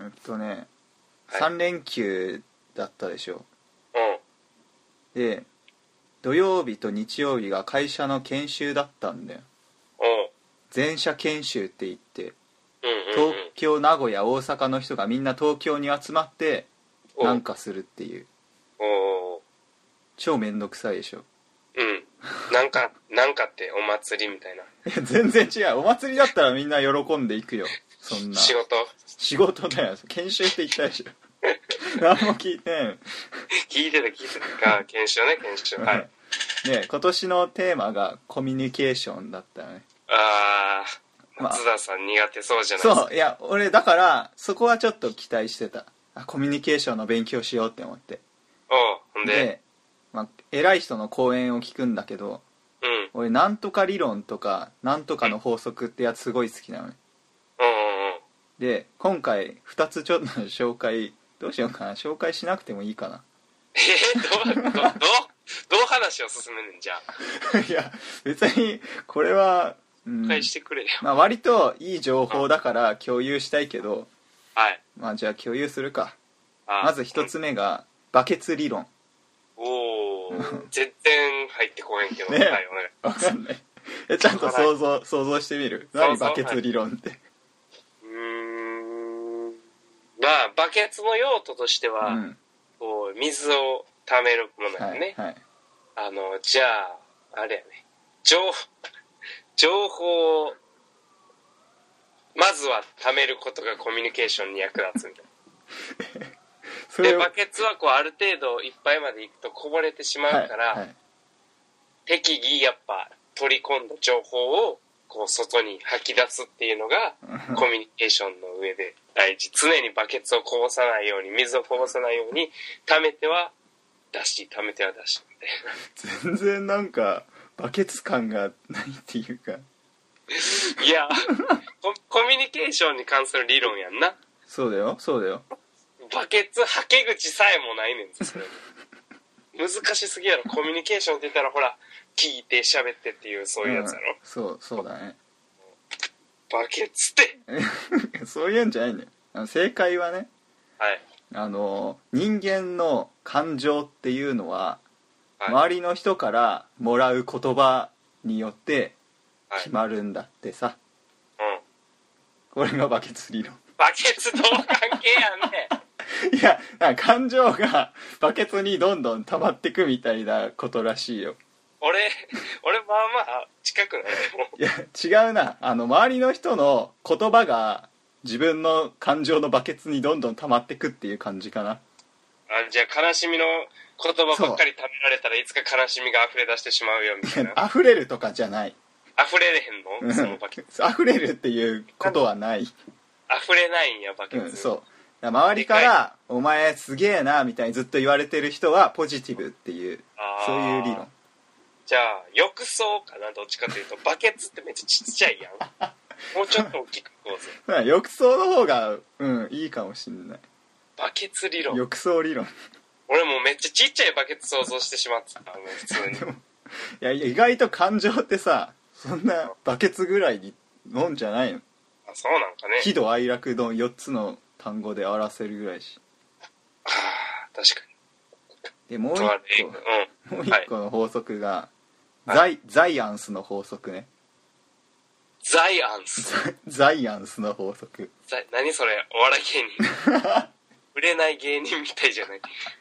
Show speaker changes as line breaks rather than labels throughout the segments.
えっとね、
はい
3連休だったでしょ
うん
で土曜日と日曜日が会社の研修だったんだよ
うん
全社研修って言って
うんうん
東京名古屋大阪の人がみんな東京に集まって
うん
なんかするっていう
おー
超めんどくさいでしょ
うんなんかなんかってお祭りみたいない
や全然違うお祭りだったらみんな喜んでいくよそんな
仕事
仕事だよ研修って言ったでしょ何も聞いてん
聞いてた聞いてたあ研修ね研修はい
ね今年のテーマがコミュニケーションだったよね
ああ
まあ
松田さん苦手そうじゃないですか
そういや俺だからそこはちょっと期待してたあコミュニケーションの勉強しようって思って
おうほんで
まあ、偉い人の講演を聞くんだけど
うんうん
俺なんとか理論とかなんとかの法則ってやつすごい好きなのね
うんうん
で今回2つちょっと紹介どうしようかな紹介しなくてもいいかな
えー、どうどうどうどう話を進めんねんじゃあ
いや別にこれは、うん
返してくれよ
まあ、割といい情報だから共有したいけど
はい
まあじゃあ共有するか
あー
まず1つ目がバケツ理論
おお全然入ってこへん けど、
ね
はいお願い
わかんないえちゃんと想像想像してみる
想
何
像
バケツ理論って
うーんまあバケツの用途として
う
は、
ん
こう水をためるもの
は
や
い
ね、
はい
あのじゃああれやね情 情報をまずはためることがコミュニケーションに役立つみたい
そ
な
れ
で
を
バケツはこうある程度いっぱいまでいくとこぼれてしまうから、
はいはい
適宜やっぱ取り込んだ情報をこう外に吐き出すっていうのがコミュニケーションの上で大事常にバケツをこぼさないように水をこぼさないように溜めては出し溜めては出しみたいな
全然なんかバケツ感がないっていうか
いやココミュニケーションに関する理論やんな
そうだよそうだよ
バケツはけ口さえもないねんぞそれ難しすぎやろコミュニケーションって言ったらほら聞いて喋ってっていうそういうやつやろ
ん、そうそうだね
バケツって
そういうんじゃないんだよあの正解はね
はい
あの人間の感情っていうのは、
はい
周りの人からもらう言葉によって
はい
決まるんだってさ、
うん
これがバケツ理論
バケツと関係やね
いやなんか感情が バケツにどんどん溜まってくみたいなことらしいよ
俺俺まあまあ近くないも
いや違うなあの周りの人の言葉が自分の感情のバケツにどんどん溜まってくっていう感じかな
あじゃあ悲しみの言葉ばっかり食べられたらいつか悲しみが溢れ出してしまうよ みたいな
溢れるとかじゃない
溢れれへんのそのバケツ
溢れるっていうことはない、
溢れないんやバケ
う
ツ、
ん、そうだから周りから「お前すげえな」みたいにずっと言われてる人はポジティブっていう
あー
そういう理論
じゃあ浴槽かなどっちかというとバケツってめっちゃちっちゃいや んもうちょっと大きくこうぜ
まあ浴槽の方がうんいいかもしんない
バケツ理論
浴槽理論
俺もうめっちゃちっちゃいバケツ想像してしまってたもう普 通に
いや意外と感情ってさそんなバケツぐらいにもんじゃないの
あそうなんかね
喜怒哀楽の4つの単語で表せるぐらいし
ああ確かに
でもう一
とあるう
個
ん
もう
はい
一個の法則が、
は
ザイザイアンスの法則ね
ザイアンス
ザイアンスの法則
さ何それお笑い芸人 売れない芸人みたいじゃない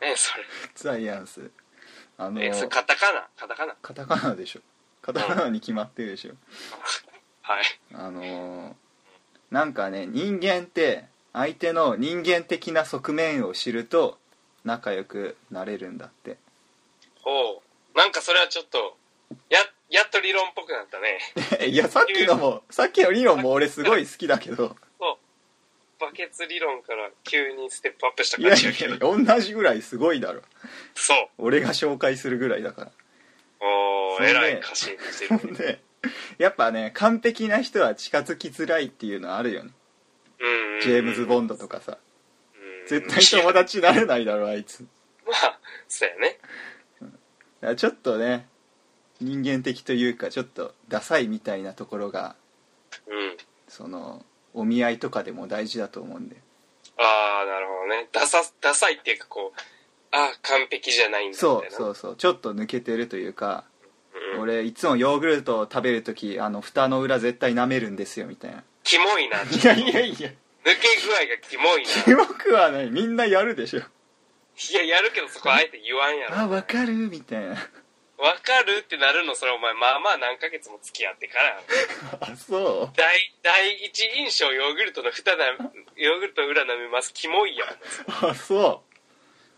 何それ
ザイアンスあの
えそれカタカナカタカナ
カタカナでしょカタカナに決まってるでしょ
はい
あのーなんかね人間って相手の人間的な側面を知ると仲良くなれるんだって
おうなんかそれはちょっとややっと理論っぽくなったね
いやさっきのもさっきの理論も俺すごい好きだけど
そうバケツ理論から急にステップアップした
いや
感
い
じ
や
だけど
いや同じぐらいすごいだろ
そう
俺が紹介するぐらいだかそ
おお
れ
え
で
らい歌詞にして
ら
る
ほんでやっぱね完璧な人は近づきづらいっていうのはあるよね
うん
ジェームズ・ボ
ン
ンドとかさ絶対友達になれないだろあいつだ
まあそうやね
からちょっとね人間的というかちょっとダサいみたいなところが
うん
そのお見合いとかでも大事だと思うんで
ああ、なるほどね。ダサ、ダサいっていうかこう、ああ、完璧じゃないんだみたい
そう
な。
そうそうちょっと抜けてるというか
うん
俺いつもヨーグルトを食べる時あの蓋の裏絶対舐めるんですよみたいな
キモいな。抜け
いやいやいや
具合がキモいな。
キモくはないみんなやるでしょ
いや、やるけどそこあえて言わんやろ。
あわかるみたいな
わかるってなるの、それお前、まあまあ何ヶ月も付き合ってからやろ。
あそ
第、第一印象ヨーグルトの蓋な、ヨーグルト裏舐めます。キモいやん。
うあそう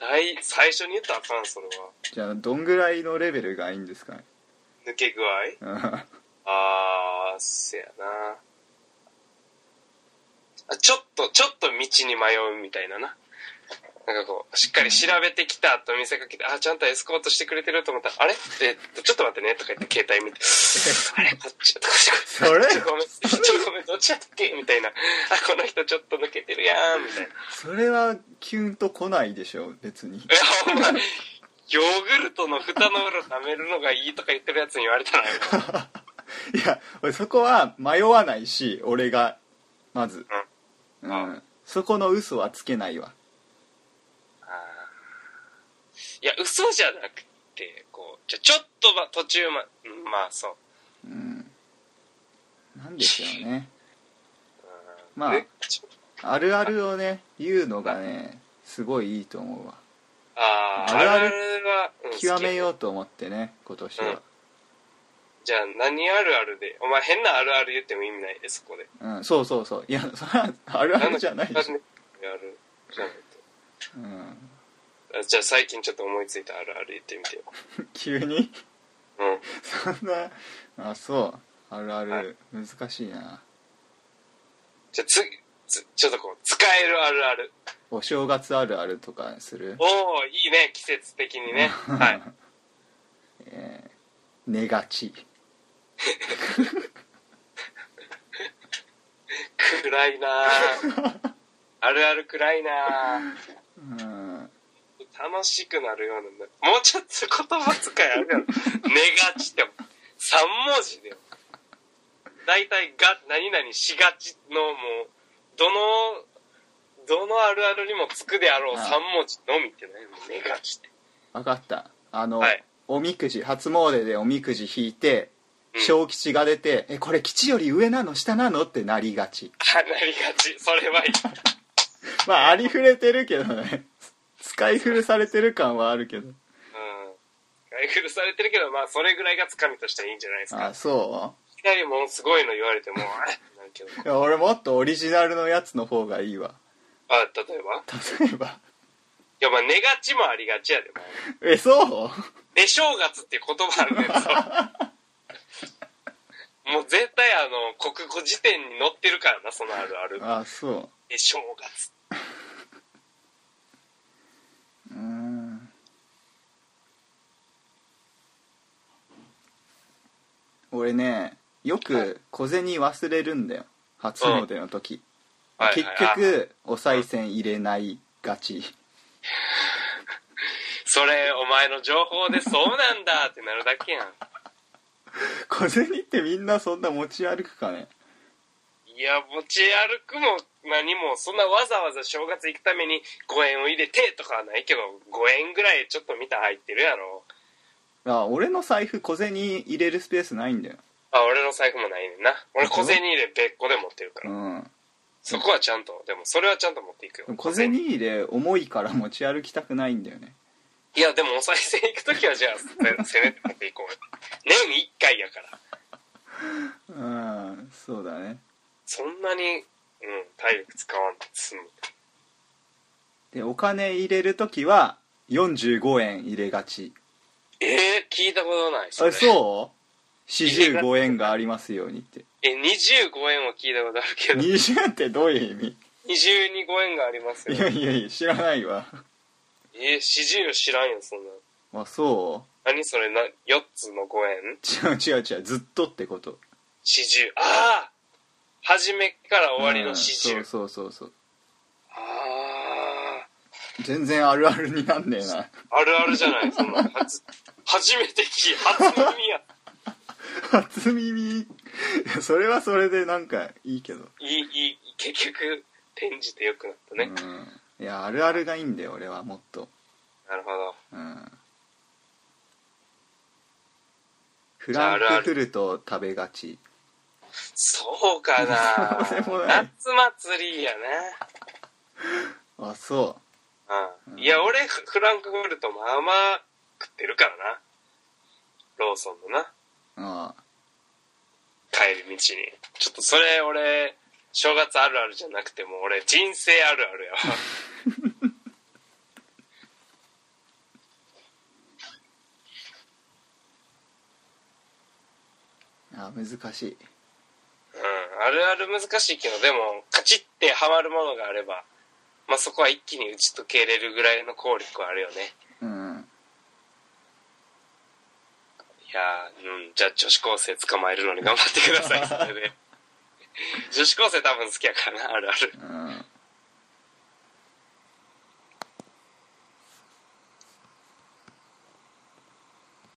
第、最初に言ったらあかん、それは。
じゃあどんぐらいのレベルがいいんですかね
抜け具合
うん
あー、せやな。あちょっと、ちょっと道に迷うみたいなな。なんかこう、しっかり調べてきたと見せかけて、あ、ちゃんとエスコートしてくれてると思ったら、あれえっと、ちょっと待ってね、とか言って携帯 見て、あれこっち、こっち、こっち
それ
ちょごめん、ちょごめん、どっちだっけみたいな。あ、この人ちょっと抜けてるやん、みたいな。
それはキュンと来ないでしょ別に
え、お前、ヨーグルトの蓋の裏舐めるのがいいとか言ってるやつに言われたら、う
いや俺そこは迷わないし俺がまず、う
うん
ん、そこの嘘はつけないわ
いや、嘘じゃなくて、こう、じゃ、ちょっとま、途中ま、うんまあそ
う
う。
んなんですよね
うん
まあ
えちょ
あるあるをね言うのがねすごいいいと思うわ
あー
あ
あ
る
る
あ
あ
る
るは、うん
極めよ
好
うと思ってね今年は、
きじゃあ、何あるあるで、お前変なあるある言っても意味ないで、そこで。
うんそうそうそういやそれはあるあ るじゃないでしょ、
何あるじゃない
うん、
とあじゃあ、最近ちょっと思いついたあるある言ってみてよ。
急に
うん。
そんなあそうあるある、
はい
難しいな
じゃあ、つ、つちょっとこう、使えるあるある。
お正月あるあるとかする
おおいいね、季節的に ね。はい。
えー寝がち
暗いなぁあるある暗いなぁ
うん
楽しくなるようなんだもうちょっと言葉遣いあるやろ寝 がちって3文字だよ大体が何々しがちのもうどのどのあるあるにもつくであろう3
あ
文字のみってないもう寝がちって
分かったあの、
はい
おみくじ初詣でおみくじ引いて
うん
小吉が出て「えこれ吉より上なの下なの?」ってなりがち
あなりがちそれはいい
まあありふれてるけどね 使い古されてる感はあるけど
うん外古されてるけどまあそれぐらいがつかみとしてはいいんじゃないですか
あそ
いきなりものすごいの言われてもあれなんけど
ういや俺もっとオリジナルのやつの方がいいわ
あ例えば
例えば
いやまあ寝がちもありがちやでもう
えそう
寝正月っていう言葉 あるねんぞもう絶対あの国語辞典に載ってるからなそのあるある
あそ
寝正月
ううーん俺ねよく小銭忘れるんだよ初詣の時、
はい
結
はいはいあ
局お賽銭入れないがち
それお前の情報でそうなんだってなるだけやん
小銭ってみんなそんな持ち歩くかね
いや持ち歩くも何もそんなわざわざ正月行くために5円を入れてとかはないけど5円ぐらいちょっと見たら入ってるやろ
あ俺の財布小銭入れるスペースないんだよ
あ俺の財布もないねんな俺小銭入れ別個で持ってるから
うん
そこはちゃんとでもそれはちゃんと持っていくよ
でも小銭入れ重いから持ち歩きたくないんだよね
いやでもお賽銭行く時はじゃあせせ めて持っていこうよ年1回やから
うんそうだね
そんなに、うん、体力使わんと済む
でお金入れる時は45円入れがち
えー、聞いたことない
あれ
う
そう45円がありますように って
え25円は聞いたことあるけど
20円ってどういう意
22五円があります
味い
よ
やいやいや知らないわ
えー、40知らんよそんな
あそ
何それな4つの5円
う違う違う違うずっとってこと
40ああ初めから終わりの40、
うんそうそうそうそう
ああ
全然あるあるになんねえ な
あるあるじゃないそんな初初めて聞い初耳や
初耳いやそれはそれでなんかいいけど
いい、いい、結局、転じて良くなったね、
うん、いやあるあるがいいんだよ俺はもっと、
なるほど
うん、フランクフルト食べがち
そうかな
そう でもない
夏祭りや
あそ
な、うん
うん
いや俺フランクフルトまあまあ食ってるからなローソンのな
うあ
帰り道にちょっとそれ俺正月あるあるじゃなくてもう俺人生ある あるやわ
あ難しい
うんあるある難しいけどでもカチッてハマるものがあればまあそこは一気に打ち解けれるぐらいの効力はあるよね
うん
いやーうんじゃあ女子高生捕まえるのに頑張ってくださいそれで女子高生多分好きやからなあるある
うん